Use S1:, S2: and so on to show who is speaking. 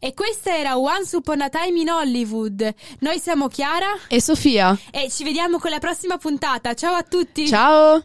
S1: E questa era Once Upon a Time in Hollywood. Noi siamo Chiara
S2: E Sofia,
S1: e ci vediamo con la prossima puntata. Ciao a tutti!
S2: ciao!